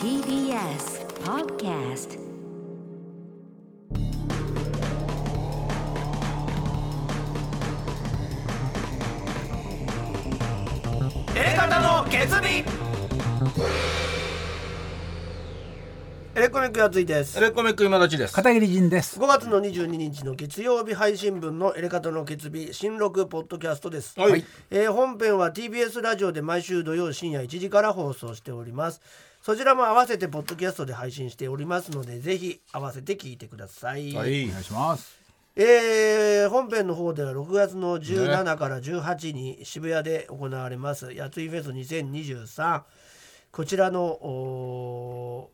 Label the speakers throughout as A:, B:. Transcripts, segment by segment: A: TBS Podcast
B: エレカタの決意
C: エレコミックやついです
B: エレコミック今立ちです
D: 片桐仁です。
C: 5月の22日の月曜日配信分の「エレカタの決日」新録ポッドキャストです、
B: はい
C: えー本編は TBS ラジオで毎週土曜深夜1時から放送しておりますそちらも合わせてポッドキャストで配信しておりますのでぜひ合わせて聞いてください、
B: はい
D: お願いします。
C: えー本編の方では6月の17から18に渋谷で行われます「やついフェス2023」こちらのお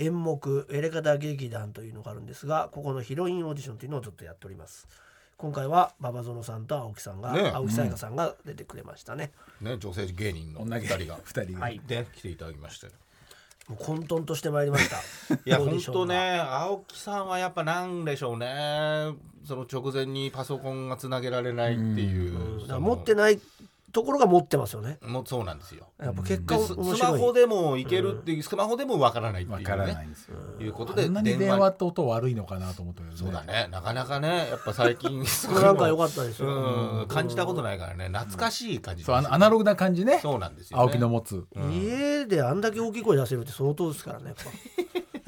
C: ー演目「エレカタ劇団」というのがあるんですがここのヒロインオーディションというのをずっとやっております今回は馬場園さんと青木さんが、
B: ね
C: 青木さやかさんが出てくれましたね、
B: ね女性芸人の二人が
D: 二人が。
C: はい
B: で来ていただきまして
C: もう混沌としてまいりました
B: いや
C: オーデ
B: 本
C: ィションが
B: 当ね青木さんはやっぱなんでしょうねその直前にパソコンがつなげられないっていうそ
C: だか
B: の
C: ら持ってないところが持ってますよね
B: もうそうなんですよ
C: やっぱ結果
B: でスス
C: 面
B: マホ
C: 白い
B: でもいけるっていうスマホでもわからないっていう
D: わ
B: ね
D: からないんですよ。
B: いうこと
D: こ
B: で
D: んなに電話って音悪いのかなと思ったけどね。
B: そうだねなかなかねやっぱ最近す
C: なんか良かったですよ、
B: うん感じたことないからね懐かしい感じ
D: そうあのアナログな感じね。
B: そうなんですよね
D: 青木の持つ。
C: 家であんだけ大きい声出せるって相当ですからねやっ ぱ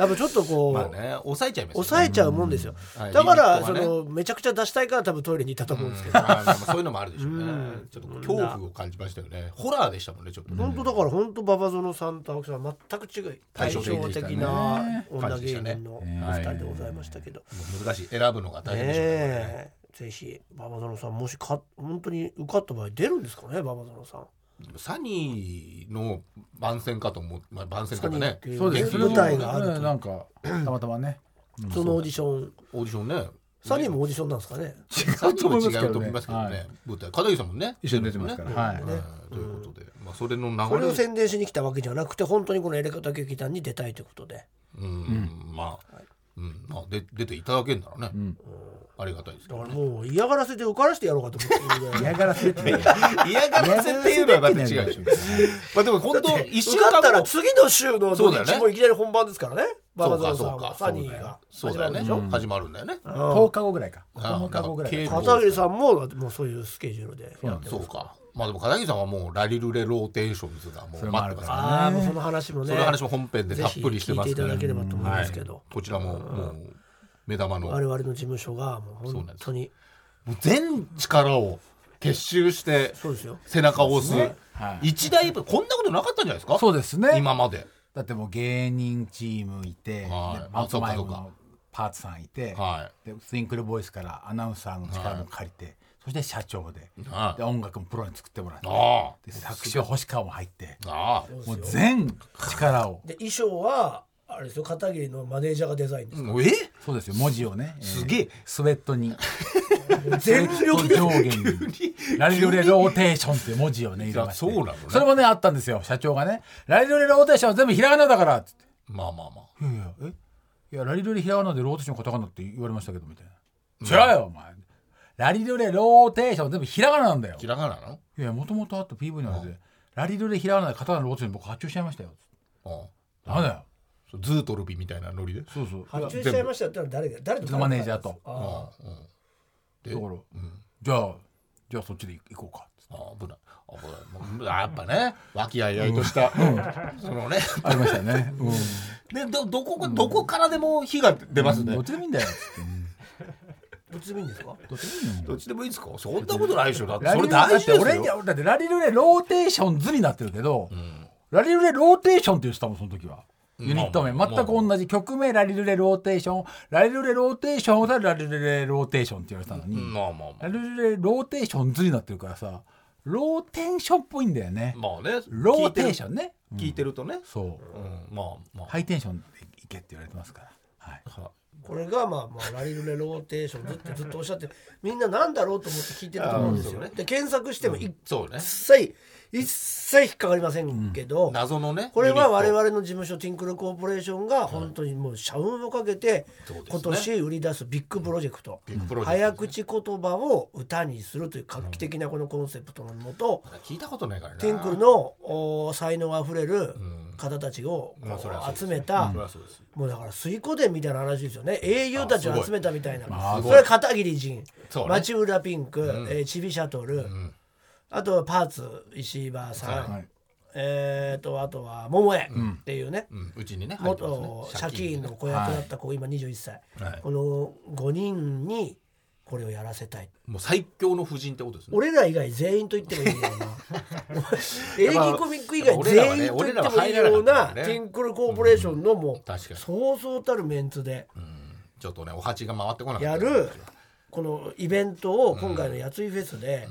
C: やっぱちょっとこう、
B: まあね抑えちゃいますよね
C: 抑えちゃうもんですよ、
B: はい
C: だから、
B: リミット
C: そ
B: はね
C: のめちゃくちゃ出したいから多分トイレに行ったと思うんですけど、
B: あでもそういうのもあるでしょうね、
C: うん
B: ちょっと恐怖を感じましたよねホラーでしたもんねちょっとね、
C: 本当だから本当馬場園さんと青木さんは全く違う対
B: 対
C: 照
B: 照的でした
C: 的
B: ね
C: な女
B: 感じでし
C: 芸
B: たね
C: 人のお二人でございましたけど、
B: 難しい選ぶのが大変でしょうねこれね
C: ねえぜひ馬場園さんもしか本当に受かった場合出るんですかね馬場園さん
B: サニーの番宣かと思う、まあ、番宣とか
C: サニーっ
B: ね
C: ていう
D: そうです。
C: ね舞台があると
D: うんなん かたまたまね。
C: そのオーディション
B: オーディションね
C: サニーもオーディションなんですかね
B: サニーも違うと
D: 思
B: 思
D: い
B: い
D: ま
B: ますす
D: け
B: け
D: ど
B: ど
D: ね
B: ね、舞台片桐さんもね
D: 一緒に出てますから。はい。
B: ねということで、まあ、それの流
C: これ
B: れ
C: を宣伝しに来たわけじゃなくて本当にこのエレカタ劇団に出たいということで
B: うん、まあ、うんまあ、で出ていただけるならね、ありがたいですけ
C: だ
B: ど
C: から
B: ね
C: もう嫌がらせで受からしてやろうかと思ってるぐらい
D: 嫌がらせってね。
B: 嫌がらせっていうのはまた違うでしょまあでも本当一週
C: 受か
B: 間
C: ったら
B: 後
C: 次の週の土
B: そうだよね
C: 日もいきなり本番ですからね。バ
B: そ
C: バ
B: う
C: ゾ
B: かそう
C: ンさんは
B: か
C: サニーが。
B: そうだよね
C: 始まるでし
B: 始まるんだよね
D: 10日後ぐらいか。
B: あ
D: 9日後ぐらい
B: なん
D: か。
B: か
C: ょ片桐さんももうそういうスケジュールでやって
B: そ
C: る。
B: うか。まあでも片桐さんはもうラリルレローテーションズがも
D: そうれもあ
B: 待っ
D: る
B: て
D: か
B: ます
D: ら
B: から。
C: ああもうその話もね。
B: その話も本編でたっぷりしてます
C: ぜひ聞いていただければと思いますけ
B: は
C: ど
B: い。こちらももう目玉の
C: 我々の事務所がもう本当に
B: もう全力を結集して
C: そうですよ。
B: 背中を押
D: そ
B: す
D: うですねはい
B: 一大イベントこんなことなかったんじゃないですか。
D: そうですね
B: 今まで。
D: だってもう芸人チームいて、
B: はい
D: でパントマイム
B: あそう
D: のパーツさんいて、
B: は
D: でツインクルボイスからアナウンサーの力も借りて、そして社長で,、
B: はい
D: で音楽もプロに作ってもらって、
B: あ
D: で作詞は星川も入って
B: あ。ああ。
D: もう全力を
C: で衣装はあれですよ片桐のマネージャーがデザイン です。
B: もうえ？
D: そうですよ文字をね、えー
B: すげえ
D: スウェッ トに
C: 全力で
D: 上下に「ラリドレローテーション」っていう文字をね入れまして
B: いやそうなのね
D: それもねあったんですよ社長がね「ラリドレローテーションは全部ひらがなだから」っつって
B: まあまあまあ。
D: いやいや、えいや、ラリドレひらがなでローテーションカタカナって言われましたけど、みたいな。違うよ、お前。ラリドレローテーション全部ひらがななんだよ。
B: ひらがななの？
D: いや、もともとあった PV なので、ラリドレひらがなでカタカナローテーション僕発注しちゃいましたよ。
B: うん
D: ダメだよ。
B: そう。ズートルビみたいなノリで。
D: そうそう。
C: 発注しちゃいましたってのは誰が誰
D: うち
C: と
D: のマネージャーと。
C: あ
B: うん
D: だか
C: ー
B: うん。
D: ら、じゃあ、じゃあそっちで行こうか。
B: あ危ない危ないもうやっぱ ね和気あいあいとした、そのね
D: ありました よね。うん。
B: でどどこどこからでも火が出ますね、
D: どっちでもいいんだよ。つってうん
C: どっちでもいいんですか。
D: どっちでもいいの
B: どっちでもいいですか そんなことないでしょだって
D: ラ
B: そ
D: リ
B: れ
D: ルだ
B: 大
D: って
B: 事で
D: 俺
B: す
D: に
B: よ
D: だってラリルレローテーション図になってるけど、ラリルレローテーションって言ってたもんその時はユニット名
B: まあ
D: 全
B: まあ
D: く同じ曲名ラリルレローテーションラリルレローテーションを歌うラリルレローテーションって言われてたのに、
B: まあまあま
D: ラ
B: あ
D: リルレローテーション図になってるからさローテンションっぽいんだよね、
B: まあね
D: ローテーション
B: ね
D: ね
B: 聞いてるとね、
D: そう
B: うん、まあまあ、
D: ハイテンションでいけって言われてますから、はい、
B: は
C: これがまあまあラリルレローテーションずっとずっとおっしゃってみんななんだろうと思って聞いてると思うんですよ。
B: あーそうね
C: で検索しても一
B: そうね
C: 切一切引っかかりませんけど、
B: 謎のね
C: これは我
B: ユニッ
C: 々の事務所ティンクルコーポレーションが本当にもう社運をかけて
B: そうですね
C: 今年売り出すビッグプロジェクト
B: ビッグプロジェクト
C: 早口言葉を歌にするという画期的なこのコンセプトのも
B: ト
C: と
B: 聞いたことないからな
C: ティンクルのお才能あふれる方たちを
B: まあそりゃそう
C: こう
B: です
C: 集めた、
B: それはそうです
C: もうだから水湖伝みたいな話ですよね英雄たちを集めたみたいな
D: あ
C: そ
D: すごい
C: れは片桐仁、
B: そうね
C: 町浦ピンク、えーちびシャトル、あとはパーツ石場さん、
D: はい
C: えー、とあとは桃江っていうね、
B: うんうちにね入ってますね
C: 元借金の子役だった子、今21歳、
B: はい
C: この5人にこれをやらせたい
B: もう最強の夫人ってことですね
C: 俺ら以外全員と言ってもいいよ うな演技コミック以外
B: 俺らは
C: 全
B: ね
C: 員と言ってもい
B: 俺
C: いよう
B: らは入らなか
C: な
B: ったからね
C: ティンクルコーポレーションのも
B: 確か
C: う
B: に
C: そうそうたるメンツで
B: ちょっとねお鉢が回ってこなかった
C: やるこのイベントを今回のやついフェスで、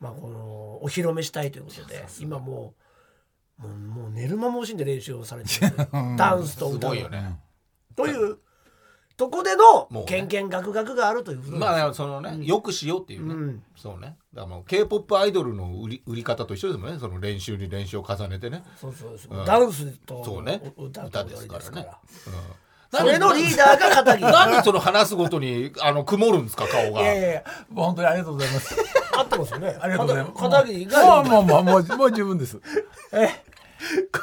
C: まあ、このお披露目したいということで今もうもうもう寝る間も惜しんで練習をされて るダンスと
B: す
C: 歌
B: ご
C: を
B: いよね
C: というとこでの
B: もうね
C: ケンケンガクガクがあるというふうに
B: まあそのねよくしようっていうね、
C: ん
B: そうねだからもう K-POP アイドルの売り売り方と一緒ですもんねその練習に練習を重ねてね
C: そうそうそう
B: うん
C: ダンスと
B: そうね
C: 歌と
B: 歌
C: 踊
B: です
C: り
B: か
C: で
B: ら
C: すか
B: ね
C: ら。
B: うん
C: それのリーダーが片桐
B: ななんでその話すごとにあの曇るんですか顔が
C: いやいやいや
D: 本当にありがとうございます。
C: 合ってますよね。
D: ありがとうございます。
C: 片片桐
D: も
C: が
D: うもうもうもうもう十分です。え、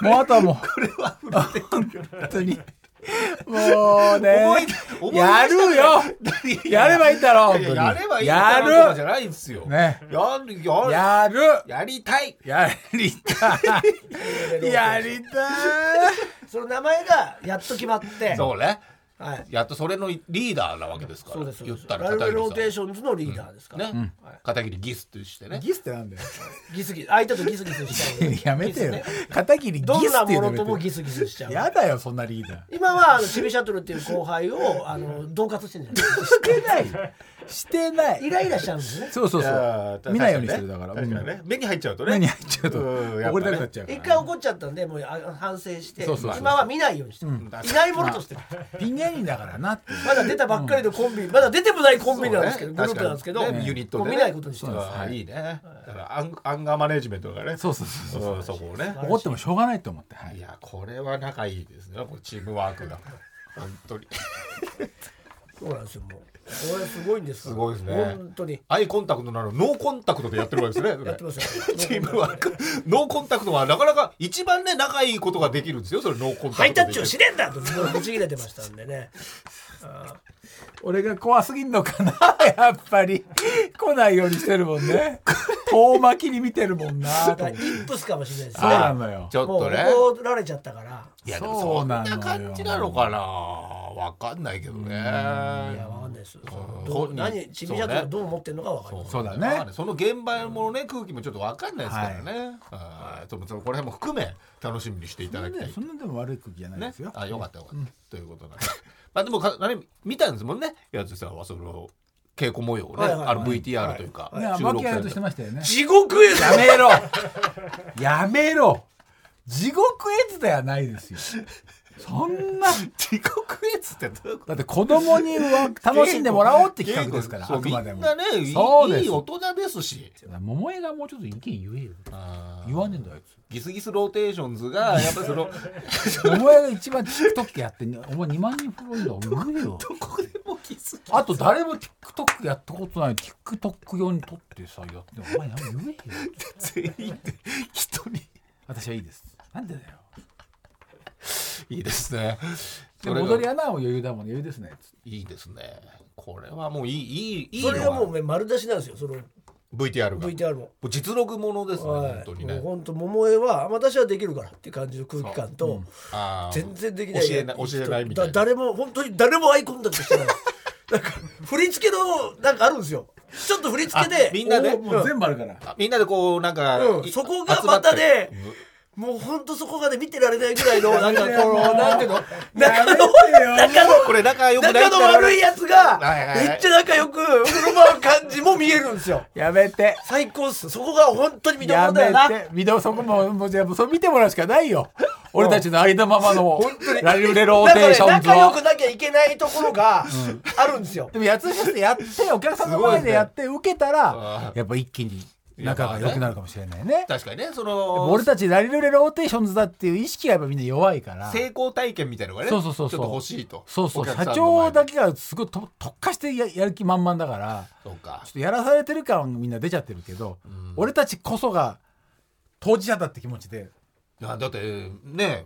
D: もうあとはもうこれは本当に
B: 思い出思い出したくな
D: もうねや
B: い
D: るよ。やればいいんだろ。
B: いややればいい
D: や
B: ってことじ
D: る
B: ゃないんですよ、
D: ね
B: やるやるや
D: やる
B: りたい
D: やりたいやりたい。
C: その名前がやっと決まって。
B: そうね
C: はい。
B: やっとそれのリーダーなわけですから
C: そうです。
B: 言ったら
C: ラルベロー
B: 片
C: テー
B: 桐
C: ションズのリーダーです
B: さ
C: か
B: ん
C: ら。
B: ね、片桐ギスってしてね
D: ギスってなんだよ。
C: ギスギス相手とギスギスしちゃう。
D: やめて
C: ギス
D: よ
C: ね。
D: 片桐ギスっ
C: どんな
D: てい
C: も
D: う
C: のと
D: の
C: も
D: やめて
C: ギスギスしちゃう。
D: やだよそんなリーダー。
C: 今はあのチビシャトルっていう後輩をあの恫喝してるんじゃない。
D: してないしてない
C: イライラしちゃうんですね。
D: そうそうそ
B: あ
D: う
B: ー
D: 見ないようにしてるだから
B: 確かに
D: うん
B: ね目に入っちゃうとね
D: 目に入っちゃうと
B: うんやっぱね
D: 怒りたくなっちゃうか
C: 一
D: ら
C: 回怒っちゃったんでもうあ反省して
D: そうそうそう
C: 今は見ないようにしてる、いないものとしてる
D: ピン芸人だからなって
C: まだ出たばっかりのコンビ、まだ出てもないコンビなんですけど、グループなんですけど、
B: 確かにねユニットで
C: も
B: ね
C: う見ないことにして
B: そう
C: ま。
B: ですすねいいねだからアンアンガーマネジメントがね
D: そうそうそうそう
B: うんそこをね
D: 怒ってもしょうがないと思ってはいい
B: やこれは仲いいですねこれチームワークが本当に
C: そうなんですよ、もう。これすごいんですから
B: すごいですね
C: 本当に。
B: アイコンタクトならノーコンタクト でやってるわけですね
C: やってますよ
B: チームワーク ノーコンタクトはなかなか一番ね仲いいことができるんですよそれノーコンタクト
C: ハイタッ
B: で
C: チをしねえんだと、もうぶち切れてましたんでね。
D: 俺が怖すぎんのかなやっぱり来ないようにしてるもんね遠巻きに見てるもんなと
C: だから
D: 思っ
C: イ
D: て
C: ップスかもしれないです
D: そう
C: ね。
D: なのよ
B: ちょっ
C: もう
B: とね
C: 怒られちゃったから。
B: いやでも
D: そ
B: そ
D: うんなのよ
B: な感じなのかなわかんないけどね
C: いや、わかんないですよ。ど
B: 本
C: う
B: 人
C: 何、ちびちゃんがどう思ってるのかわかんない。
D: そうだね
B: まあその現場のね空気もちょっとわかんないですからね。はい。そのそのこれも含め楽しみにしていただきたい
D: そ。んなでも悪い空気じゃない
B: ね
D: ですよ。
B: あよかったよかった。ということなんで。 まあでもかあれ見たんですもんね。やつさんはその稽古模様をね、
C: はいはいはい
B: あの VTR というか、
D: ね
B: 収録さ
D: マ
B: れ
D: キ
B: た
D: アとしてましたよね
C: 地獄絵だ
D: やめろやめろ地獄絵図ではないですよそん な
B: 地獄絵図ってどういうこと
D: だって子供にわ楽しんでもらおうって企画ですから、
B: そう
D: あくまで
B: みん
D: も。
B: なねいい
D: そうです
B: いい大人ですし。
D: 桃江がもうちょっと意見言えよ。
B: あー
D: 言わねえんだよ、あ
B: ギスギスローテーションズがやっぱりその
D: いつ。桃江が一番 TikTok やってんねお前2万人フォローいんだ、お前よ。
B: ここでもギスギス
D: あと誰も TikTok やったことない TikTok 用に撮ってさ、やって、お前やめ言えよ。
B: 全員で人に。
D: 私はいいです。なんでだよ。
B: いいですね。
D: で
B: それが
D: 戻り穴はもう余裕だもん、余裕ですね。つって
B: いいですね。これはもういい、いい、いい
C: それがも
B: の
C: うね丸出しなんですよ、その
B: VTR が。
C: VTR も。
B: もう実録ものですね、
C: は
B: 本当
C: い。
B: に
C: も
B: ね
C: う。本当、桃江は、あ私はできるからっていう感じの空気感と、
B: あー
C: 全然できない
B: 教えない、教えないみたい
C: だ
B: な。
C: 誰も本当に誰もアイコンタクトしてないなんか振り付けのなんかあるんですよちょっと振り付けで
B: あみんなで
C: おー
D: もう全部あるから。
B: あみんなでこう、なんか、
C: うん
B: い
C: そこがまたね
B: 集まって
C: もう本当そこがね見てられないぐらいのなんかこの
D: やめてよ
C: なんていうの
D: や
C: 仲
D: め
C: の
D: てよ
C: 仲の
B: これ仲良くない
C: 仲の悪いやつが
B: はいはいはい
C: めっちゃ仲良く振る舞う感じも見えるんですよ
D: やめて。
C: 最高っすそこが本当に見どこ
D: や
C: ろだよな
D: めて、見どそこも、もうじゃあ、そう見てもらうしかない よ。俺たちのありのままの、ラリルレロー
C: なんか
D: テー
C: ね
D: ションズ
C: 仲良く
D: を。
C: なきゃいけないところがあるんですよ
D: でも、やつしってやって、お客さんの前でやって、受けたら、やっぱ一気に仲が良くなるかもしれないね。
B: 確かにね、そ
D: やっぱ
B: の
D: 俺、たちラリルレローテーションズだっていう意識がやっぱみんな弱いから。
B: 成功体験みたいなのがね、
D: そうそうそうそう
B: ちょっと欲しいと。
D: そうそう、
B: お客
D: 社
B: さんの
D: 長
B: 前で
D: だ。けがすごいと特化してややる気満々だから、
B: そうか
D: ちょっ。とやらされてる感みんな出ちゃってるけど、俺たちこそが当事者だって気持ちで
B: いやだってね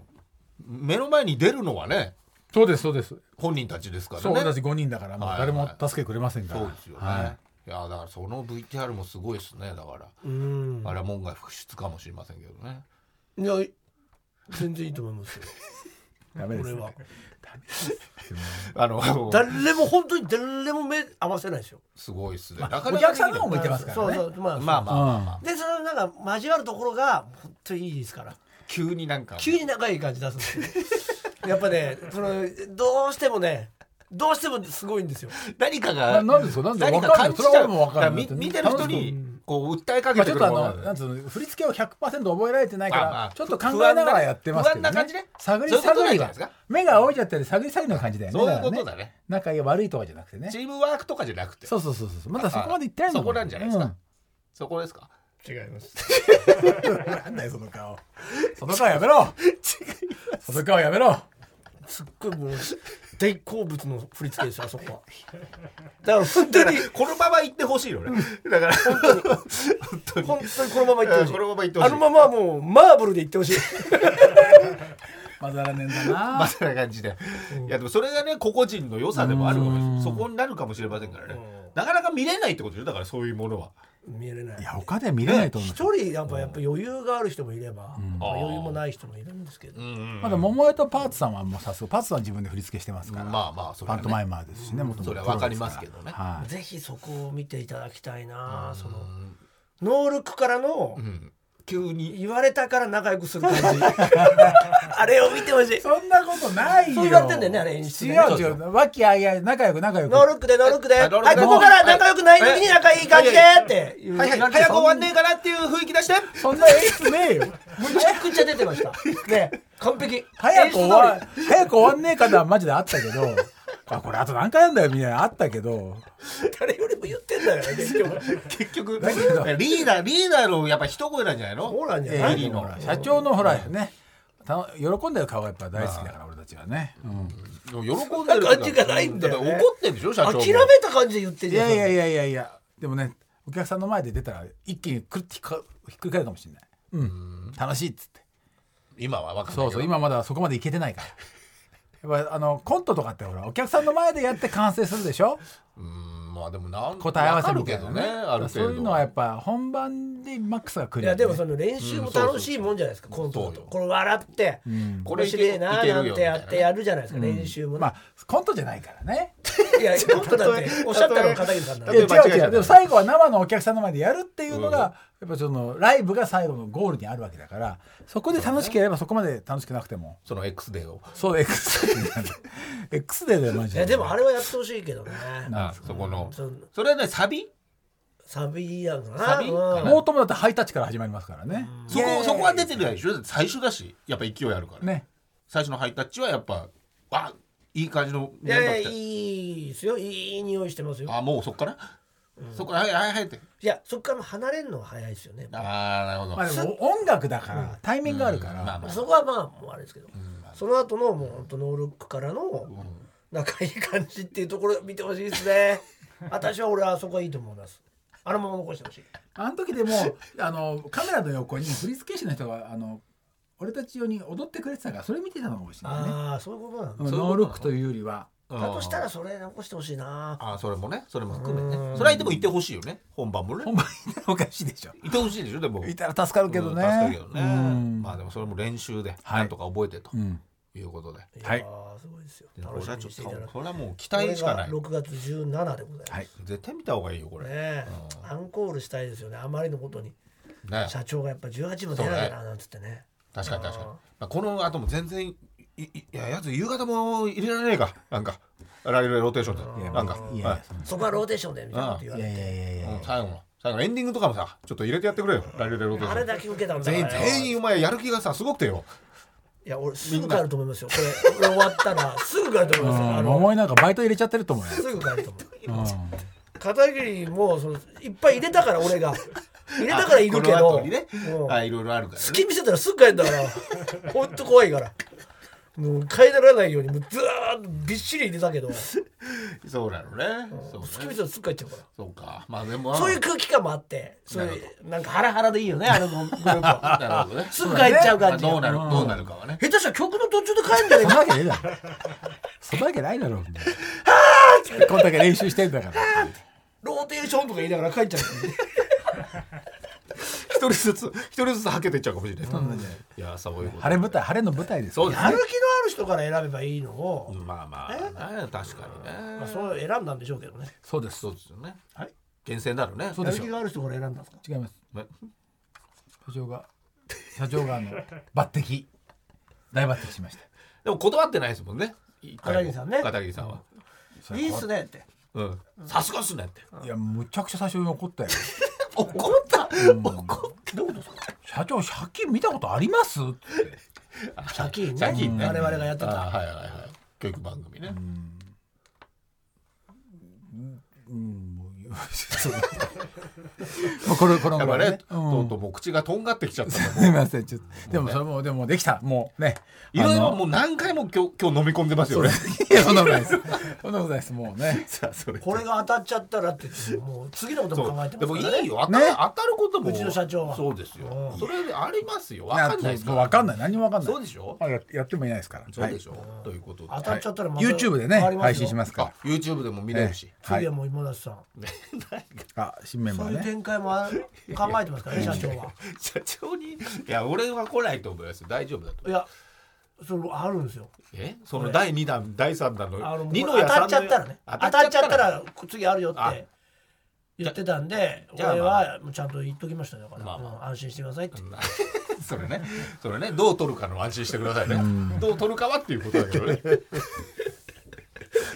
B: 目の前に出るのはね
D: そうですそうです
B: 本人たちですから
D: そう
B: ね
D: 俺たち5人だからもう
B: はい
D: 誰も助けくれませんから、
B: そうですよね、、
D: はい
B: やだからその VTR もすごいですねだから、
C: うん
B: あれは門外不出かもしれませんけど ね
C: いや全然いいと思いますよ
D: い、ダメです
C: 俺
D: ね
C: は
B: あの
C: 誰も本当に誰も目合わせないですよ
B: すごいですね、
D: まあ
B: なか
D: お
B: なか
D: 客さんの方向いてますからね
C: そうそうまあ
B: まあまあまあ、まあ
C: でそのなんか交わるところが本当にいいですから
B: 急になんか
C: 急に仲いい感じ出すんです よやっぱねそのどうしてもねどうしてもすごいんですよ
B: 何か
D: な
B: が
D: なんですかなんで
B: 何か
D: わかんない
B: 感じちゃ
D: それは
B: う
D: 俺もわかんない
B: だからみ見てる
D: 楽し
B: 人
D: く
B: にこう訴えか
D: ま
B: け
D: あ、ち
B: て
D: ょっ
B: くる
D: とあ
B: の
D: の
B: が
D: なんつうの振り付けを100%覚えられてないか
B: まあまあ
D: らちょっと考えながらやってますけど、
B: 不
D: ね、
B: 安な感じね
D: 探り
B: そういうこと
D: 探
B: なん
D: り
B: じゃない
D: は
B: ですか
D: 目が青いちゃったり探り探りの感じだよね
B: そういうことだ
D: から
B: ね
D: 仲が悪いとかじゃなくてね
B: チームワークとかじゃなくて
D: そうそうそうそうまだそこまでいってないの
B: そこなんじゃないですか、
D: うん
B: そこですか
C: 違います
D: なんだよその顔その顔や めろその顔やめろ
C: すっごいもう大好物の振り付けですよあそこはだから本当に
B: このまま行ってほしいのね、だから本当に
C: 本当にこのままいってほし
B: う
C: い
B: んこのまま行ってほしい
C: あのままもうマーブルでいってほしい
D: 混ざらねえんだな、
B: まあそんな感じで、いやでもそれがね個々人の良さでもあるかもしれないそこになるかもしれませんからね、なかなか見れないってことでしょだからそういうものは、
C: 見えれないい
D: や他では見れないと思う
C: 一、人やっぱやっぱ余裕がある人もいれば、まあ余裕もない人もいるんですけど、
D: まだ桃江とパーツさんはもうさすがパーツさんは自分で振り付けしてますから、
B: まあまあそれ
D: パ
B: は
D: ン
B: ね
D: トマイマーですしねもと
B: それはわかりますけどね
D: はい
C: ぜひそこを見ていただきたいな、そのノールックからの
B: うん急に
C: 言われたから仲良くする感じあれを見てほしい
D: そんなことないよ。
C: そう言われてんだよねあれ演出ね
D: 違う違う。和気あいあい、仲良く仲良く。
C: ノールックでノールックで
B: あノールック
C: はいここから仲良くない時に仲いい感じでっていう
B: はいはい早く終わんねえかなっていう雰囲気出して
D: そんな演出ねえよ。
C: むちゃくちゃ出てましたね完璧
D: 早く終
C: 演
D: わ
C: 出通、
D: 早く終わんねえかな、マジであったけど。あこれあと何回やんだよみたいなあったけど
C: り誰よりも言ってんだよね 結局
B: 結局
D: だけど
B: リーダーリーダーのやっぱ一声なんじゃないの
C: そうなんじゃ
D: え
C: ない
B: いいの
D: ー社長のほらねたの喜んでる顔がやっぱ大好きだから俺たちはね、うん
B: 喜んでるから
C: そんな感じがないんだよね
B: って怒ってんでしょ社長も
C: 諦めた感じで言ってん
D: い
C: じゃん
D: やいやいやいやいやでもねお客さんの前で出たら一気にくるってひっかひっくり返るかもしれない、うん、楽しいっつって
B: 今は分かんな
D: そ
B: いうけ
D: そ
B: ど
D: う今まだそこまでいけてないからやっぱあのコントとかってほらお客さんの前でやって完成するでしょ
B: うんまあでもなん
D: 答え合わせ
B: わ
D: み
B: か
D: た
B: るけど
D: いな、ね、
B: ねある程度
D: そういうのはやっぱ本番でマックスが来る
C: い
D: よ
C: や
D: ね
C: でもその練習も楽しいもんじゃないですか、コントだ
B: そ
C: と
B: うよ
C: これ笑って、これ面白いな
B: これいけいけるよ
C: なんてやっ
B: みたいな
C: て
B: ね
C: やるじゃないですか、練習もね、
D: まあコントじゃないからね
C: いやコントだっておっしゃったのは片桐さんなん
D: い
B: 例え
C: で
D: や違う
B: ば間違え
D: 違
B: ちゃ
D: う
B: う
D: でも最後は生のお客さんの前でやるっていうのが、やっぱそのライブが最後のゴールにあるわけだからそこで楽しければそこまで楽しくなくても
B: その X デーを
D: そう X デーなんだ X デーだよマジ
C: い
D: で
C: やでもあれはやってほしいけどね
B: あそこの
C: その
B: それはねサビ
C: サビやんかな
B: サビ
C: うん
B: かな
D: もうともだってハイタッチから始まりますからね
B: そこそこは出てないでしょ最初だしやっぱ勢いあるから
D: ね
B: 最初のハイタッチはやっぱあいい感じの
C: い
B: メンバー
C: や
B: 来
C: いや
B: た
C: いいですよいい匂いしてますよ
B: あもうそっから、そっからはいはいはいって
C: いやそこからも離れるのは早いですよね
B: ああなるほど、
D: まあでも音楽だからタイミングがあるから、
B: まあまあ
C: そこはまあもうあれですけど、その後のもう本当ノールックからの仲いい感じっていうところ見てほしいですね私は俺はあそこはいいと思いますあのまま残してほしい
D: あの時でもあのカメラの横に振付師の人があの俺たち用に踊ってくれてたからそれ見てたのかもしれないね。
C: ああそういうことなんだ
D: うんノールックというよりは
C: だとしたらそれ残してほしいな
B: あーそれもねそれも含めてねそれはでも言ってほしいよね本番もね
D: 本番におかしいでしょ。
B: 言ってほしいでしょでも
D: いたら助かるけど
B: う
D: ね。
B: ん助かるけどね
D: うん
B: まあでもそれも練習で
D: はい
B: なんとか覚えてと
D: うん
B: いうことで、で
C: い
D: はい
C: やーすごいですよ
B: こ
C: 楽
B: れ
C: し
B: は
C: み
B: ち
C: に
B: ょ
C: して
B: っ
C: いただ
B: と
C: き
B: これはもう期
C: これ
B: 待しかな
C: が
B: い
C: 6月17でございます、
D: はい
B: 絶対見た方がいいよこれ、
C: ねえアンコールしたいですよねあまりのことに
B: ね
C: 社長がやっぱ18も出ないななんつってね
B: 確かに確かに、まあ、この後も全然いいいややつ夕方も入れられねえかなんかライブローテーション
D: い
B: で
D: や
B: なんか
D: いやい
B: は
D: や
B: い
D: そんな
C: そこはローテーションでみたいなこと言わ
D: い
C: れ
D: やい
C: て
D: やいやいや
B: うん最後の最後のエンディングとかもさちょっと入れてやってくれよライブローテーシ
C: あ
B: ョ
C: れ
B: ン
C: だけ受けたんだか
B: 全員
C: ら
B: 全員お前やる気がさすごくてよ
C: いや俺すぐ帰ると思いますよこれこれ終わったらすぐ帰ると思いますよあ
D: うん
C: の
D: 桃井なんかバイト入れちゃってると思うよ。
C: すぐ帰ると思う
D: うん
C: 片桐もそのいっぱい入れたから俺が入れたからいるけ
B: あこの
C: ど
B: 後にね
C: うん
B: あいろいろあるからね
C: 好き見せたらすぐ帰るんだからほんと怖いからもう変えられないようにもうずーっとびっしり入れたけど
B: そうなのね。そう
C: 好き
B: ね
C: 水すっかいっちゃうから
B: そうか。まあでも。
C: そういう空気感もあってそういうなんかハラハラでいいよ ねあのグループ
B: なるほど ね。
C: すぐ帰っちゃう感じ
B: まあどうなるどうなるかはね。
C: 下手したら曲の途中で帰るんじゃない
D: そん
C: か
D: なわけねえだろ。そんなわけないだろ。みんなこんだけ練習してんだから。
C: ローテーションとか言いながら帰っちゃう
B: 一人ずつ一人ずつはけていっちゃうかもしれない。いやそういうこと。
D: 晴れ舞台、晴れの舞台ですよ。
B: そうです
C: や
B: ね
C: る気のある人から選べばいいのを、
B: まあまあね確かにね。
C: まあ、そう選んだんでしょうけどね
D: そうです。
B: そうですよね。
C: はい。
B: 厳選だろうね。
D: そう
C: や
D: で
C: る
D: しょ
C: 気がある人から選んだんですか
D: 違います。
B: ね
D: 社長が。社長があの抜擢。大抜擢しました。
B: でも断ってないですもんね。一回も
C: 片桐さんね
B: 片桐さんは。
D: それ
C: いいっすねって
B: うん。さすがっすねって。
D: いや、むちゃくちゃ最初に怒ったよ。
B: 怒った。
D: 怒ったどうですか社長、借金見たことありますって
C: 借金ね
B: 借金ね
C: 我々がやって
B: あ
C: た
B: ーはいはいはい。教育番組ね。
D: うん、もうそうもうこれ、この
B: やっ
D: ぐ
B: ぱ
D: らい
B: ね
D: ね。、うん
B: とうとうもう口がとんがってきちゃった んだもん
D: すみません、ちょっと。でも、それも、でも、できた。もうね。
B: いろい
D: あ
B: ろ
D: の
B: もう何回も今日今日飲み込んでますよね。
D: いや、そんなことないです。そんなことないです。もうね。
B: さあそれ
C: これが当たっちゃったらって言ってももう次のことも考えて
B: で
C: ま
B: も
C: すから
B: いい
C: ね
B: よ当た,、
D: ね
B: 当たることも
C: うちの社長は
B: そうですよ
C: うん
B: それありますよわかんないです
D: も
B: か
D: う
B: ら
D: わかんない。何もわかんない。
B: そうでしょ
D: あややってもいないですから。
B: そうでしょ、
D: はい
B: ということで
C: 当たっちゃったらまた
D: YouTube でね、
C: 変わり
D: 配信しますす
B: あ
D: か
B: YouTube でも見
D: ら。
B: れ
D: え
B: るし、
D: え
C: よ
D: は
C: 次
D: い
C: は。もう今田さん
D: あ、新メン
C: そ
D: バ
C: う
D: ー
C: いう
D: ね。
C: 展開もあ考えてますからね社長は
B: 社長にいや俺は来ないと思いますよ大丈夫だと
C: いやそれあるんですよ
B: えその第2弾第3弾
C: あの
B: の二
C: 当
B: の矢
C: た
B: 三
C: っ
B: の
C: ちゃったらね当たっちゃったら次あるよっ
B: あ
C: て言ってたんで
B: じゃあ
C: 俺はもうちゃんと言っときましたよだから、
B: まあまあ
C: うん安心してくださいって
B: うんそれねそれねどう取るかの安心してくださいねどう取るかはっていうことだけどね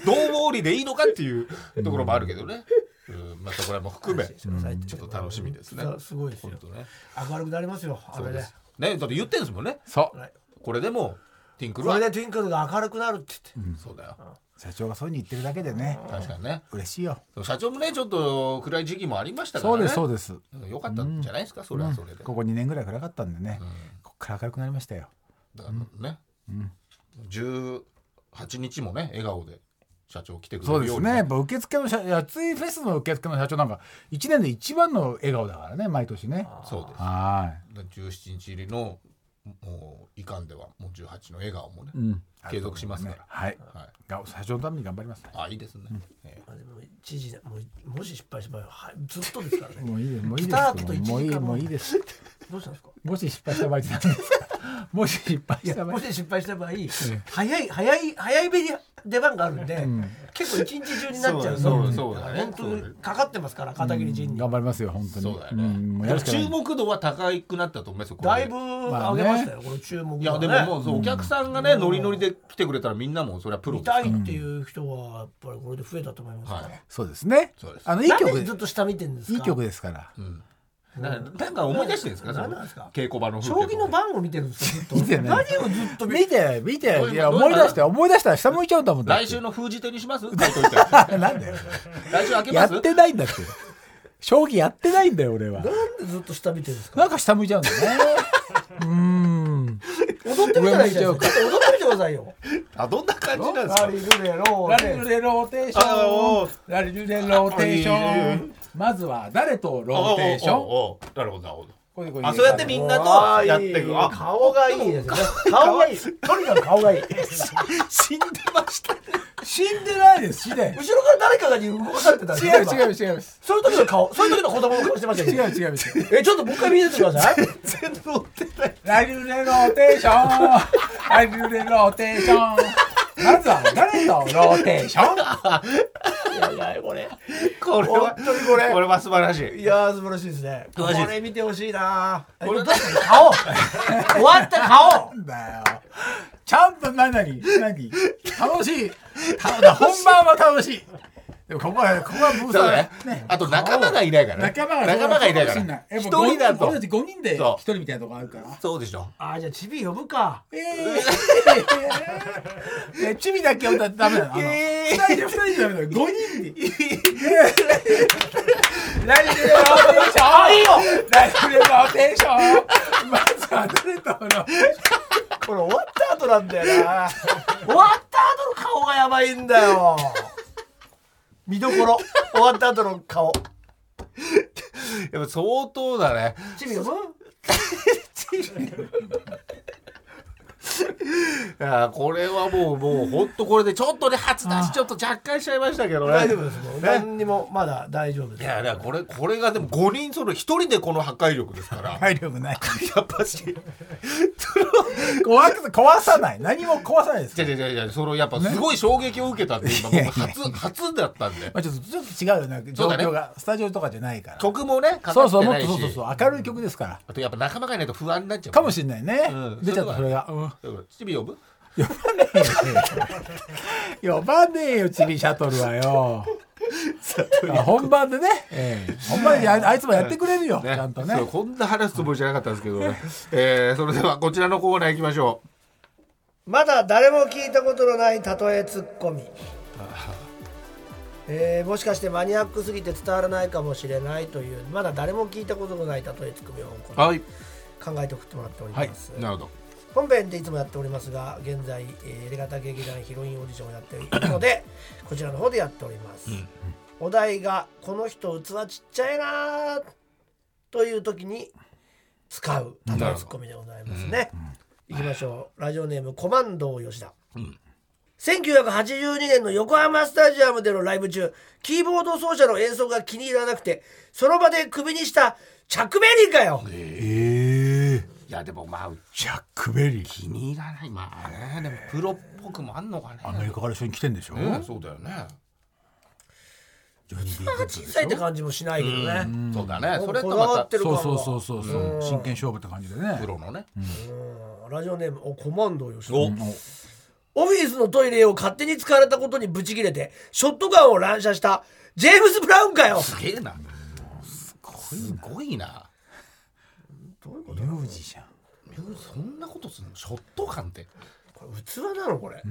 B: どう思うりでいいのかっていうところもあるけどね、うん、またこれも含め
C: 安心してくださいって
B: ちょっと楽しみですね
C: うんすごいですよ
B: 本当ね
C: 明るくなりますよあ
B: そう
C: れ
B: で
C: です
B: ねだって言ってんですもんね
D: そう。
C: はい
B: これでもうティンクル
C: こ
B: は
C: れでトゥインクルが明るくなるって言って、
B: そうだよ
D: 社長がそういうふうに言ってるだけでね。
B: 確かにね
D: 嬉しいよ。
B: 社長もねちょっと暗い時期もありましたから
D: そ
B: ね
D: うです、そうですす。
B: よかったんじゃないですかそれはそれで
D: ここ2年ぐらい暗かったんでね。こっから明るくなりましたよ。
B: だからね、18日もね笑顔で社長来てく
D: そ
B: れ
D: う
B: る
D: で
B: よ
D: す
B: うに
D: ね。やっぱ受付の社、熱いフェスの受付の社長なんか、1年で一番の笑顔だからね、毎年ね。
B: そうです
D: は
B: だから17日入りのもういかんではもう18の笑顔もね、
D: い。うん。
B: 継続しますから、
D: はい。
B: はい、
D: が社長のために頑張ります。
B: あいいですね、え
C: まあ、でも知事もうもし失敗してもはいずっとですからね
D: もういいです。もういい
C: ス
D: で
C: タ
D: す
C: ートと
D: け
C: 一時
D: ど。もういい、
C: 間
D: もういいです。
C: どうしたんですか
D: もし失敗した場合って何ですか。もし失敗した場合
C: も。し失敗した場合、早い早い早い目に出番があるんで、結構一日中になっちゃう
B: そう
C: の
B: だそうだそうだね
C: 本当にかかってますから片桐仁に、
D: 頑張りますよ、本当
B: え
D: に。
B: そうだよね、
D: んもうやるしかない
B: 注目度は高くなったと思いますよこれ
C: だいぶ上げましたよ、この注目、ね、
B: いやでももうそうお客さんがね、ノリノリで来てくれたらみんなもそれはプロ
C: 見
B: ですか
C: た
B: ら
C: いっていう人はやっぱりこれで増えたと思いますから、
B: はい
D: そうですね
B: そうです。
D: あの、いい
C: なん
D: 曲
C: でずっと下見てんですか
D: いい曲ですから。
B: ななんか思い出してるんですか
C: な
B: そ
C: ん
B: の
C: なんですか
B: 稽古場の風
C: 将
B: 景
C: 棋の番を見てるんですかずっと
D: 見てない
C: 何をずっと見
D: 見て、見て
B: どういう、
D: いや、
B: どういう
D: 思い出して、思い出したら下向いちゃうんだもん。だって
B: 来週の封じ手にします書いといて来
D: なんだよ。
B: 週開け
D: や
B: ます
D: ってないんだって。将棋やってないんだよ、俺は。
C: なんでずっと下見てるんですか
D: なんか下向いちゃうんだよね。うーん。
C: 踊ってるじゃないですか
D: 上
C: 踊って
D: 向い
C: みてくださいよ
B: あどんな感じなんです
C: ラ
B: か
C: リルレロー
D: ラリ
C: で
D: ルレローテーシ
B: あおう
D: ョン。ラリルレローテーシ
B: あいい
D: ョ
B: いい
D: ン。まずは誰とローテーシ
B: おうお
D: ョン。
B: うおうなるほどなるほど
D: これこれ
B: あそうやってみんなとやっていくあ
C: 顔がいいですね顔がいいとにかく顔がいい
B: 死んでましたね
D: 死んでないです、死で。
C: 後ろから誰かが動かされてたんです
D: 違
C: よ
D: う違う違う。
C: そういう時の顔そういう時の子供の顔してました
D: 違
C: けど
D: う違う違う。
C: えちょっともう一回見せてください
B: 全然乗ってない
D: ラリルレローテーションラリルレローテーションまずは誰のローテーション
C: いやいやこれ
B: これは
C: 本当にこれ
B: これは素晴らしい
C: いやー素晴らしいですねこ
B: 晴らしいです
C: れ見てほしいな
B: こ
C: こ
B: れ
C: れどうした顔 終わった顔
D: なんだよ。ちゃんと何何何楽しいた本番は楽しいでもここは、ここはブース
B: そう
D: だ
B: ね
D: ね。ね
B: あと仲間がいないからね
D: 仲間が
B: 仲間がいないか
D: そう
B: ら
D: もしれ
B: 一
D: ない
B: 人だ
D: やっぱ五
B: と
D: 人俺たち5人で
B: そう
D: 一人みたいなとこあるから。
B: そうでしょ
C: あーじゃあチビ呼ぶか
D: えー、えチビだけはダメだな。えー、2人で2人じゃダメだよ。5人で。ライブのローテーショ
C: あ
D: ン
C: いいよ
D: ライブのローテーションまずは誰との
C: これ終わった後後なんだよな終わった後の顔がやばいんだよ見どころ終わった後の顔
B: やっぱ相当だね。
C: チビ呼ぶ
B: いやこれはもうもう本当これでちょっとね初出しちょっと若干しちゃいましたけどね。
C: 大丈夫ですもう
B: ね。
C: 何にもまだ大丈夫です
B: いやだからこれこれがでも5人その1人でこの破壊力ですから。
D: 体力ない。
B: やっぱ し。
D: 壊く壊さない。何も壊さないです
B: じゃ。じゃじゃじゃそのやっぱすごい衝撃を受けたっていうのはもう初初だったんで。
D: まあちょっとちょっと違うよね。状況が、スタジオとかじゃないから。
B: 曲もねかか
D: そう
B: っ
D: そう、
B: て
D: も
B: な
D: っ
B: いし。
D: とそうそうそう、明るい曲ですから。
B: あとやっぱ仲間がいないと不安になっちゃう。
D: かもしれないね
B: うん。
D: 出ちゃったそれが。うん
B: れない。チビ呼ぶ？
D: 呼ばねえよチビシャトルはよあ本番でね、ええ本番でああいつもやってくれるよ、ちゃんとね
B: そうこんな話すつもりじゃなかったんですけどね。えーそれではこちらのコーナー行きましょう。
C: まだ誰も聞いたことのない例えツッコミ、えーもしかしてマニアックすぎて伝わらないかもしれないというまだ誰も聞いたことのない例えツッコミをこ
B: はい。
C: の考えて送ってもらっており
B: はい
C: ます、。
B: なるほど。
C: 本編でいつもやっておりますが現在、えー、エレガタ劇団ヒロインオーディションをやっているのでこちらの方でやっております、お題が「この人器ちっちゃいなー」という時に使う例えツッコミでございますね、いきましょうラジオネームコマンド吉田、1982年の横浜スタジアムでのライブ中キーボード奏者の演奏が気に入らなくてその場でクビにしたチャック・ベリーかよ、
D: ええ
B: いやでもまあ
D: ジャック・ベリー
B: 気に入らないまあねでもプロっぽくもあんのかね。
D: アメリカから一緒に来てんでしょ、
B: ねそうだよね。
D: ジョニー・ディー・グッズ
C: 小
D: でし
C: さいって
D: ょ
C: 感じもしないけどね、
B: そうだね。それと
C: こだわ
B: ま
C: って
B: た
C: る
D: そう
C: 感
D: そう
C: が
D: そうそうそう真剣勝負って感じでね
B: プロのね。
C: うんラジオネームおコマンドよし
B: お
C: オフィスのトイレを勝手に使われたことにブチ切れてショットガンを乱射したジェームズ・ブラウンかよ
B: すげえな。すごいな。
D: ミュージシャン
B: そんなことするの？ショットガンって
C: これ器なのこれ、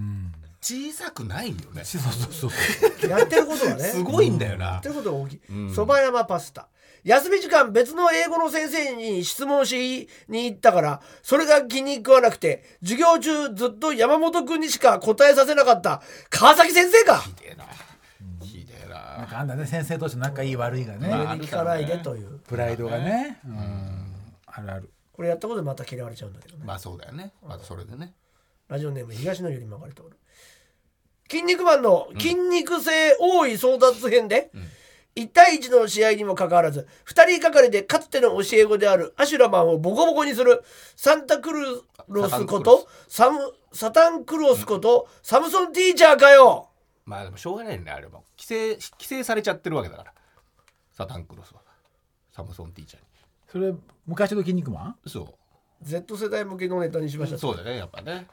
B: 小さくないよね。
D: そうそうそうそう
C: やってることがね
B: すごいんだよ
C: や
B: な
C: って。ることが大きいそば、山パスタ休み時間別の英語の先生に質問しに行ったからそれが気に食わなくて授業中ずっと山本君にしか答えさせなかった川崎先生か
B: ひでえな。ひでえ
D: なん
B: な。
D: かあんだね先生同士の仲いい悪いがね、
B: まあ
C: 聞かないでという
D: プライドがねうんあるある
C: これやったことでまた嫌われちゃうんだけどね
B: まあそうだよね。まあそれでね。
C: ラジオネーム東のより曲がり通る筋肉マンの筋肉性多い争奪編で、1対1の試合にもかかわらず2人がかりでかつての教え子であるアシュラマンをボコボコにするサンタクルロスことサムサタンクロスこと、サムソンティーチャーかよ
B: まあでもしょうがないよねあれはもう規制規制されちゃってるわけだから。サタンクロスはサムソンティーチャーに。
D: それ昔の筋肉マン
B: そ
C: Z 世代向けのネタにしました、
B: う。そうだねやっぱね。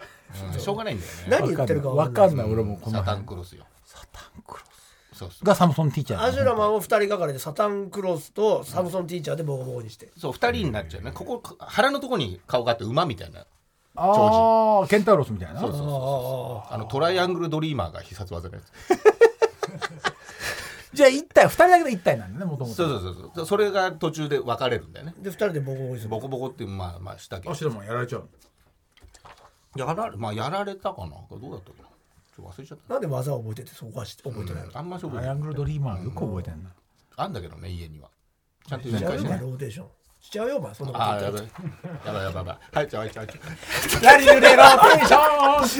B: うんしょうがないんだよね。
C: 何言ってるか
D: わ
C: 分
D: か
C: か
D: ん
C: ん
D: な
C: ない
D: い俺もこの
B: サタ
D: 辺
B: ンクロスよ。
D: サタンクロス
B: そうそう。
D: がサムソンティーチャーだね
C: アシュラマンを2人がかりでサタンクロスとサムソンティーチャーでボコボコにして
B: そう二人になっちゃうね。ここ腹のとこに顔があって馬みたいな。
D: ああ、ケンタウロスみたいな。
B: そうそうそうそう。あのトライアングルドリーマーが必殺技のやつ。
D: じゃあ一体、二人だけで一体なんだね、もとも
B: そう
D: と。
B: そうそうそう。それが途中で分かれるんだよね。
C: で2人でボコボコにする
B: ボコボコってまあまあしたけど。
D: 白もやられちゃう。
B: やられまあやられたかな。どうだったっけな。ちょっと忘れちゃっ
C: なんで技を覚えててそこは知って覚えてないの
B: た。あんましょ
D: トライアングルドリーマーよく覚えてんな。
B: あんだけどね家には。ちゃんと
C: しち
B: 展
C: ゃう
B: 開
C: よ
B: しない
C: お前ロ。ーテーションしちゃうよお前そんなこと
B: あ
C: 言
B: ー
C: っ
B: や
C: た
B: ば
C: ら
B: いやばいやばいやばい。入っちゃう入っちゃう入っちゃう。
D: ラリルレローテーシ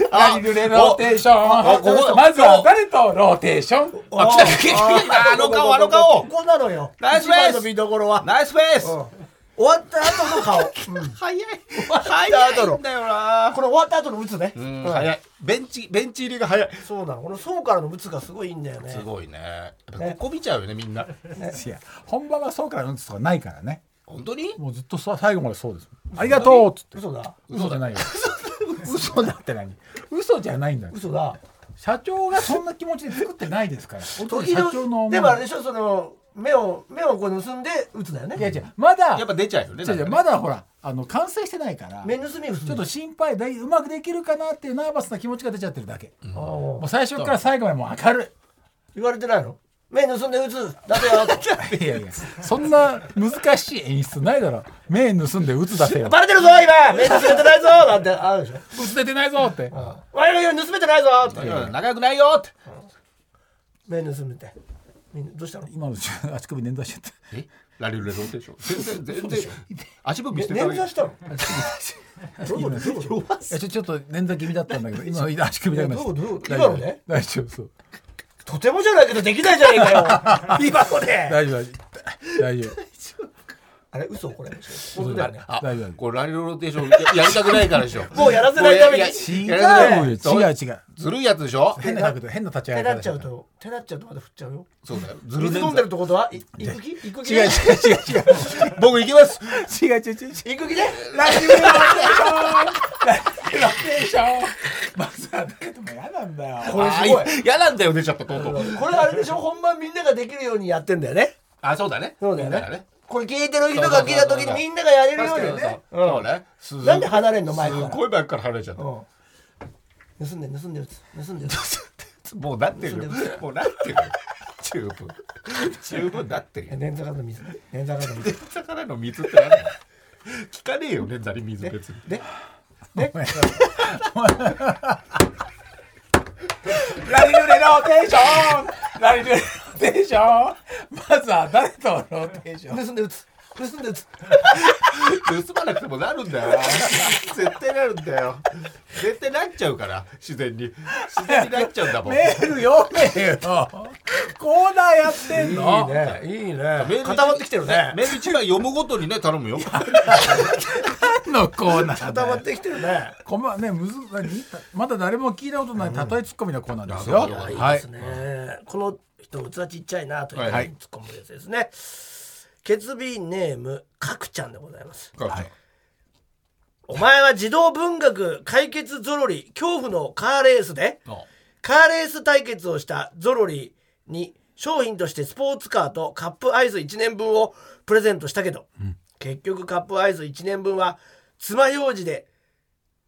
D: ョンラリルレローテーショ
B: あここ
D: ンまずは誰とローテーション
B: あ来た来た来たあの顔あの顔
C: こ。こなのよ
B: ナイス
C: 一
B: フェイス
C: 番の見どころは
B: ナイスフェイス。
C: うん終わった後の顔こ
B: 早い。早いんだよな。
C: れ終わった後の打つね
B: うん早い。ベンチベンチ入りが早い。
C: そうなのこの層からの打つがすごいいいんだよね
B: すごいね。やっぱここ見ちゃうよねみんな。
D: いや、本番はそうからうんつとかないからね。
B: 本当に？
D: もうずっとさ最後までそうです。ありがとうっつって。
C: 嘘だ
D: 嘘じゃないよ。嘘だって何嘘じゃないんだよ。
C: 嘘だ
D: 社長がそんな気持ちで作ってないですから。
C: 時
D: 社長の思
C: 々
D: い
C: でもあれでしょその目を目をこう盗んで打つだよ
D: いや
C: ね
D: 違う、まだ
B: やっ、ぱ出ちゃうよね。
D: 違う
B: な
D: 違うん
B: かね
D: まだほら、あの、完成してないから。
C: 目盗み打つ
D: ちょっと心配だいうまくできるかなっていうナーバスな気持ちが出ちゃってるだけ、
C: あー
D: もう最初から最後までもう明るい
C: 言われてないの目盗んで撃つだせよ と
D: いやいやそんな難しい演出ないだろ目盗んで撃つ出せよ
C: バレてるぞ今目盗めてないぞなんてあるでしょ
D: 撃つ出てないぞって
C: 我々は盗めてないぞって
B: 仲良くないよって
C: 目盗めてみんなどうしたの
D: 今の足首捻挫しちゃった
B: えラリルレロでしょ全然全然足踏みして
C: 捻挫したの どういうことどういうこと
D: いやちょち ょっと捻挫気味だったんだけど今の足首痛くなっちゃ
C: どうどう
D: った
C: 今のね
D: 大丈夫そう
C: とてもじゃないけどできないじゃないか よ今ので
D: 大丈夫大丈夫
C: あれ嘘これ本当だよね
B: あ
D: 大丈夫
B: これラリルローテーションややりたくないからでしょ
C: もうやらせないために
B: もうやや
D: 違う
B: やらせない
D: よ違う違う
B: ずるいやつでしょ
D: 変な角度変な立ち上
C: 手
D: がり
C: なっ
D: 方で
C: ちゃうと手なっちゃうとまた振っちゃうよ
B: そうだよずるね
C: 水飲んでるってことはい行く気行く気
D: 違う違う違
C: で
B: 僕行きます
D: う違う違う違う違う
C: 行く気で
D: ラジオローテーションラジオローテーションまずはだけども嫌なんだよ
C: これすごい
B: あー嫌なんだよ出ちゃったとうとう
C: これあれでしょ本番みんなができるようにやってんだよね
B: あそうだね
C: そうだよ
B: から
C: ねこれ聞いてる人が聞いた時にみんながやれるように
B: 確かに
C: ね
B: そうそうねす
C: なんで離れんの前から
B: すごいバックから離れちゃった
C: うん盗んで盗んで打つ盗んで打 つ
B: もうなってるよもうなってるよ十分十分なってるよ
C: 捻挫からの水捻挫からの水
B: 捻挫からの水って何だよ聞かねえよ捻挫に水別に
C: で
D: ラリルレローテーションラリルレローテーションまずは誰とのローテーション
C: 盗んで打つ盗んで打
B: 盗
C: つ
B: まなくてもなるんだよな絶対なるんだよ絶対なっちゃうから自然に自然になっちゃうんだもん
D: メール読めよコーナーやってんの
C: いいねいい
B: メール
C: ね
B: 一
C: 固まってきてるね
B: メール一枚読むごとにね頼むよ
D: 何のコーナーだ
C: 固ま
D: よ
C: ってきてるね
D: こまねむず何まだ誰も聞いたことない例えツッコミのコーナーですよ、
B: うん
C: いい
D: は
C: で
D: い
C: すね、この人器ちっちゃいなという
B: はいはい
C: ツッコむやつですね、決備ネームかくちゃんでございますお前は児童文学解決ゾロリ恐怖のカーレースでカーレース対決をしたゾロリに商品としてスポーツカーとカップアイス1年分をプレゼントしたけど、結局カップアイス1年分は爪楊枝で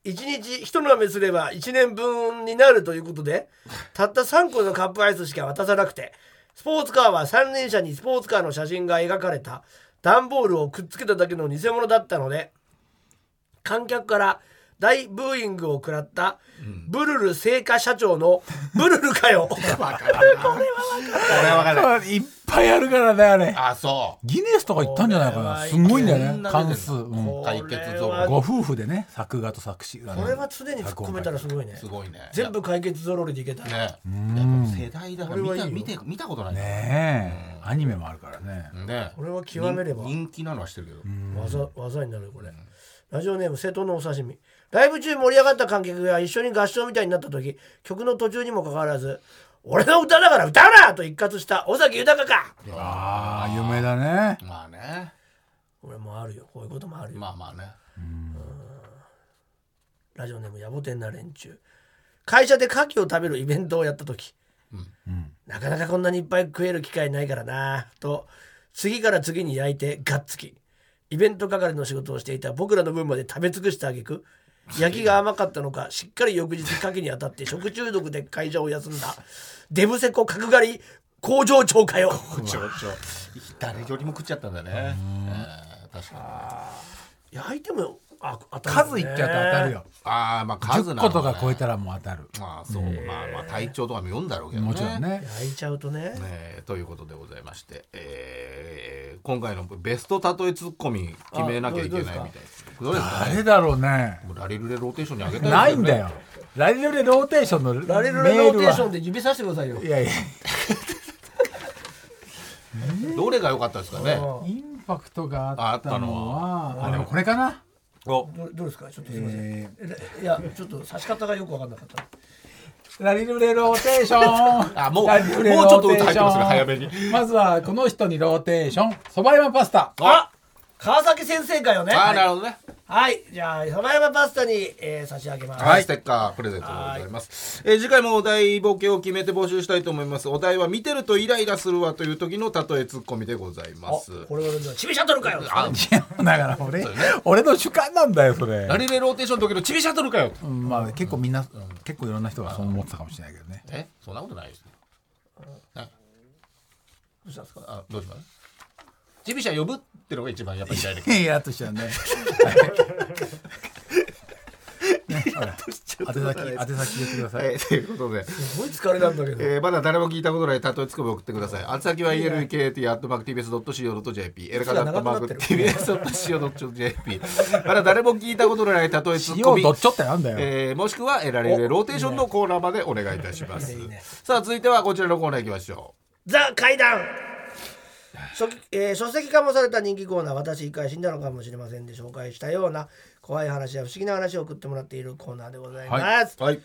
C: 1日一舐めすれば1年分になるということでたった3個のカップアイスしか渡さなくてスポーツカーは三輪車にスポーツカーの写真が描かれた段ボールをくっつけただけの偽物だったので観客から大ブーイングを食らったブルル製菓社長の「ブルルかよ」
B: 俺は分かんない
D: いっぱいあるからねあれ
B: あそ
D: ギネスとか行ったんじゃないかなすごいんだよね関数、うん
B: う解決ゾ
C: これ
B: ロ
C: は
D: ご夫婦でね作画と作詞がね
C: これは常に突っ込めたらすごいね
B: すごいね
C: 全部解決ぞろりでいけた
B: ね
C: ね
B: やっぱ世代だから
C: これ
B: 見た
C: はいいよ
B: 見て見たことないね
D: ねえアニメもあるからね
B: ね
C: これは極めれば
B: 人気なのはしてるけど
C: 技技になるよこれ、ラジオネーム瀬戸のお刺身ライブ中盛り上がった観客が一緒に合唱みたいになった時曲の途中にもかかわらず「俺の歌だから歌うな!」と一括した尾崎豊か
D: ああ有名だね
B: まあね
C: 俺もあるよこういうこともあるよ、
B: まあまあね
C: ラジオネーム野暮天な連中会社で牡蠣を食べるイベントをやった時、なかなかこんなにいっぱい食える機会ないからなと次から次に焼いてがっつきイベント係の仕事をしていた僕らの分まで食べ尽くした挙句焼きが甘かったのかしっかり翌日牡蠣に当たって食中毒で会社を休んだデブセコ角刈り工場長かよ
B: ちょちょ誰よりも食っちゃったんだねえー確かに
C: 焼いてもあ当た
D: 数いっちゃうと当たるよ
B: ああまあ数
D: 10
B: な
D: 個
B: の
D: とか超え
B: ね
D: たらもう当たる
B: まあそうまあまあ体調とかも読んだろうけどね
D: もちろんね
C: 焼いちゃうとね
B: えーということでございまして、えー今回のベスト例えツッコミ決めなきゃいけないみたいです。どうですかね
D: 誰だろうね
B: もうラリルレローテーションにあげたい
D: ないんだ
B: よ
D: よラリルレローテーションのメ
C: ラレルレロ
D: ー
C: ー
D: ル
C: テーショ
D: は
C: ンで指さしてくださいよ
D: いやいや
B: ね。どれが良かったですかね。
D: インパクトがあったの
B: あ
D: はあでもこれかな
B: お
C: どどうですかちょっとすいません、
D: え
C: えいやちょっと指し方がよく分かんなかった
D: ーラリルレローテー ション
B: あもう
D: ラリルレロ
B: も
D: ーテーション
B: うちょっと歌入ってますね早めに
D: まずはこの人にローテーションそば山パス タ
C: あ川崎先生かよね
B: あーなる
C: はい、
B: ほどね。
C: じゃあ浜山パスタに、えー差し上げます、
B: はい、ステッカープレゼントでございます。えー次回もお題ボケを決めて募集したいと思います。お題は見てるとイライラするわという時の例えツッコミでございま
C: お
B: す。
C: これはじゃあチビシャトルかよ
B: あ
D: いやだから俺俺の主観なんだよそれ
B: ラリルレローテーションの時のチビシャトルかよ。
D: うんまあ結構みんな、結構いろんな人がそう思ってたかもしれないけどね。
B: えそんなことないですね。
C: うしたんですか
B: あどうします自備者呼ぶってのが一番やっぱり痛いだ け
D: いやとしたらね。 ねほら宛先宛先言ってください。
E: はい、ということで、
C: すごい疲れなんだけど
E: えーまだ誰も聞いたことないたとえつくも送ってください。あつ先は elkt.mactvs.co.jp、エルカダットマーク tvs.co.jp、まだ誰も聞いたことのないたとえつっこみ
D: 塩ど、っちょってなんだよ。
E: えーもしくは得られるローテーションのコーナーまでお願いいたします。さあ、続いてはこちらのコーナー行きましょ
C: ザ怪談書,、えー書籍化もされた人気コーナー「私一回死んだのかもしれません」で紹介したような怖い話や不思議な話を送ってもらっているコーナーでございます。
B: はい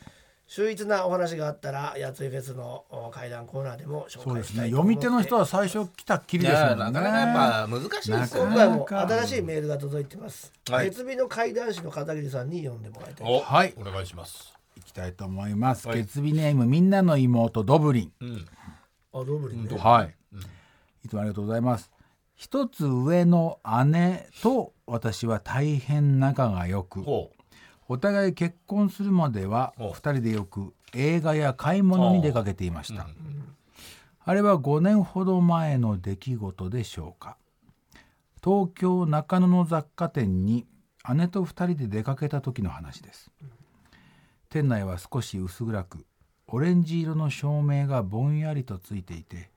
C: 秀逸なお話があったらやついフェスのお怪談コーナーでも紹
D: そうで
C: 介し
D: す
C: た
D: ね。
C: い
D: 読み手の人
C: は
D: は最初来たっき
B: い
D: りですも
B: や
D: んね。
B: なかなかやっぱ難しいですよ
D: な
B: ね
C: 今
D: かな
C: 回も新しいメールが届いてます。
B: はい
C: 別日の怪談師の片桐さんに読んでもらいたい。
B: お
D: はい
B: お願いします
D: いきたいと思います。
B: はい
D: 月日ネームみんなの妹ドブリン。
B: うん
C: あどうもね。
D: はい。いつもありがとうございます。一つ上の姉と私は大変仲が良く、
B: ほう
D: お互い結婚するまでは
B: ほう
D: 二人でよく映画や買い物に出かけていました。あれは5年ほど前の出来事でしょうか。東京中野の雑貨店に姉と二人で出かけた時の話です。店内は少し薄暗くオレンジ色の照明がぼんやりとついていて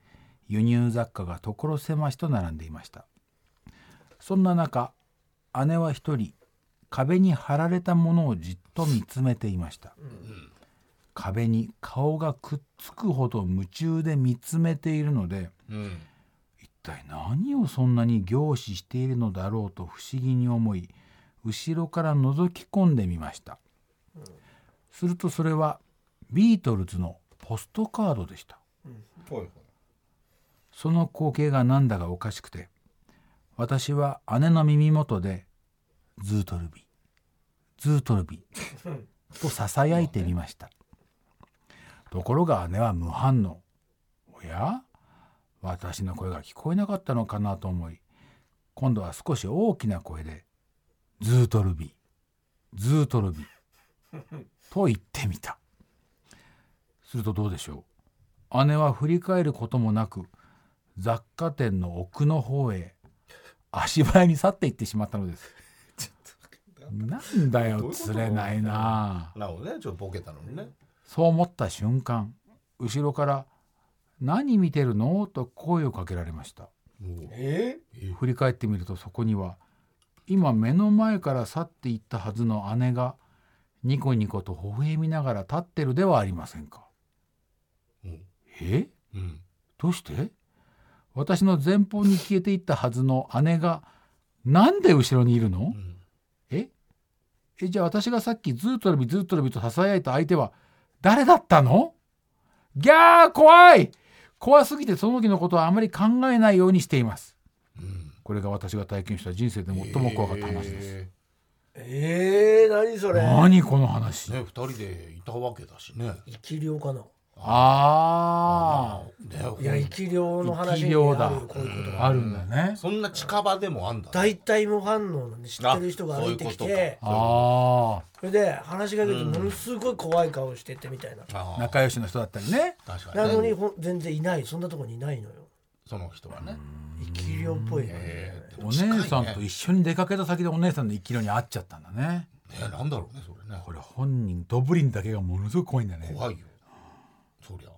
D: 輸入雑貨が所狭しと並んでいましたそんな中姉は一人壁に貼られたものをじっと見つめていました、壁に顔がくっつくほど夢中で見つめているので
B: うん
D: 一体何をそんなに凝視しているのだろうと不思議に思い後ろから覗き込んでみました、するとそれはビートルズのポストカードでした
B: ほう
D: その光景がなんだかおかしくて私は姉の耳元で「ズートルビズートルビ」と囁いてみましたところが姉は無反応おや私の声が聞こえなかったのかなと思い今度は少し大きな声で「ズートルビズートルビ」 と言ってみたするとどうでしょう姉は振り返ることもなく雑貨店の奥の方へ足早に去っていってしまったのです なんだ
B: どう
D: よ
B: いうこと
D: 釣れないなあ
B: なるほどねちょっとボケたのにね
D: そう思った瞬間後ろから「何見てるの?」と声をかけられました
C: え
D: 振り返ってみるとそこには今目の前から去っていったはずの姉がニコニコと微笑みながら立ってるではありませんか
B: うん
D: え
B: うん
D: どうして私の前方に消えていったはずの姉がなんで後ろにいるの
B: うん
D: ええじゃあ私がさっきずーっとルビずーっとルビと囁いた相手は誰だったのギャー怖い怖すぎてその時のことはあまり考えないようにしています
B: うん
D: これが私が体験した人生で最も怖かった話です、
B: え
C: えー、何それ
D: 何この話
B: ーね二人でいたわけだしね
C: 生き量かな
D: あ
B: ね
C: いや生き量の話にある
D: 生き量だ
C: よこういうこと
D: ー
C: が
D: あるんだね
B: そんな近場でもあんだね
C: 大体無反応なんで知ってる人が歩いてき
B: あそういう
C: て
B: こ
D: あ
C: それで話しかけてものすごい怖い顔しててみたいな、
B: あ
D: あ
B: ー
D: 仲良しの人だったりね
B: 確かにね
C: なのにほん全然いないそんなとこにいないのよ
B: その人はね
C: 生き量っぽいね、
B: えーで
D: お
B: も近いね
D: 姉さんと一緒に出かけた先でお姉さんの生き量に会っちゃったんだね
B: ねなんだろうねそれね
D: これ本人ドブリンだけがものすごく怖いんだね
B: 怖いよそりゃ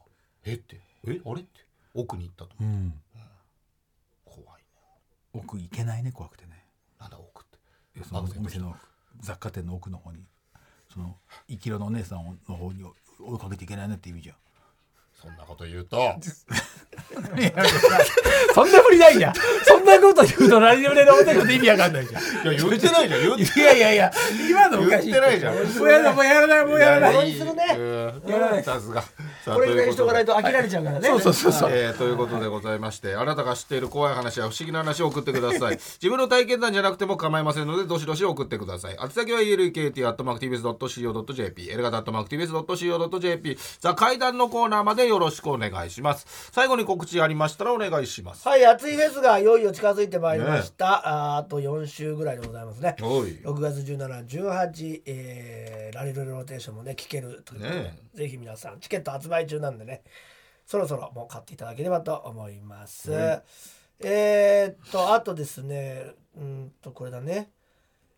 B: えってえあれって奥に行ったと
D: うん
B: 怖いね
D: 奥行けないね怖くてね
B: なんだ奥って
D: いやその
B: あそう
D: お店の雑貨店の奥の方にその生きろのお姉さんの方に追いかけていけないねって意味じゃん
B: そんなこと言うと
D: そんなふりないじゃんそんなこと言うと何でもねえのこと意味わかんないじゃん
B: いや言ってないじゃん言って
D: いやいやいや今のおかしい
B: 言ってないじゃん
D: もうやだもうやらないもうやらない
C: 応援するね
B: うん
D: やらない
B: さすが
C: これぐらいの人がない
B: と
C: と飽きられちゃうからね、
D: そうそうそうそう
E: えーということでございまして、あなたが知っている怖い話や不思議な話を送ってくだ さい。自分の体験談じゃなくても構いませんので、どしどし送ってください。宛先は elkt.mactvs.co.jp、エルガタ .mactvs.co.jp、ザ階段のコーナーまでよろしくお願いします。最後に告知ありましたらお願いします。
C: はい熱いフェスがいよいよ近づいてまいりました、あーあと4週ぐらいでございますね
E: おい
C: 6月1718、えー、ラリルローテーションもね聞けるということで、
E: ね
C: ぜひ皆さんチケット発売中なんでねそろそろもう買っていただければと思います、えーっとあとですねうーんとこれだね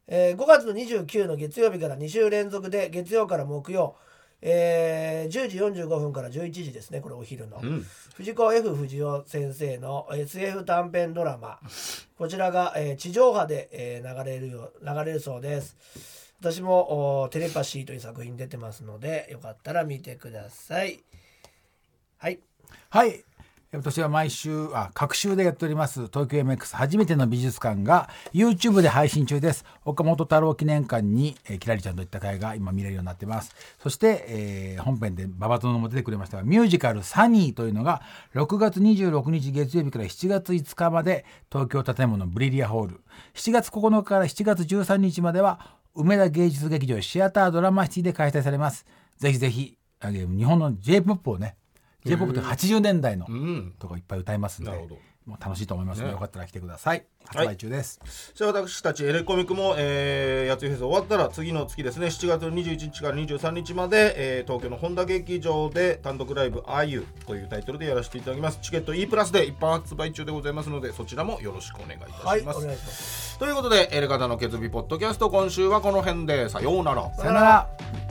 C: えー5月の29の月曜日から2週連続で月曜から木曜、えー10時45分から11時ですねこれお昼の、藤子 F 不二雄先生の SF 短編ドラマこちらが、えー地上波で、えー流れるよ流れるそうです私もおーテレパシーという作品出てますのでよかったら見てくださいはい
D: はい私は毎週あ各週でやっております東京 MX 初めての美術館が YouTube で配信中です岡本太郎記念館に、えー、キラリちゃんといった会が今見れるようになってますそして、えー本編でババ殿も出てくれましたがミュージカル「サニー」というのが6月26日月曜日から7月5日まで東京建物ブリリアホール7月9日から7月13日までは梅田芸術劇場シアタードラマシティで開催されますぜひぜひあ日本の J−POP をね J−POP って80年代のとかいっぱい歌いますんで、
B: なるほど
D: もう楽しいと思いますので、よかったら来てください発売中です、
B: じゃあ私たちエレコミックも、えー、やついフェス終わったら次の月ですね7月21日から23日まで、えー東京の本田劇場で単独ライブ「あゆ」というタイトルでやらせていただきますチケット E プラスで一般発売中でございますのでそちらもよろしくお願いいたします、
C: はいお願いします
B: ということでエレカタの決意ポッドキャスト今週はこの辺でさようなら
D: さよなら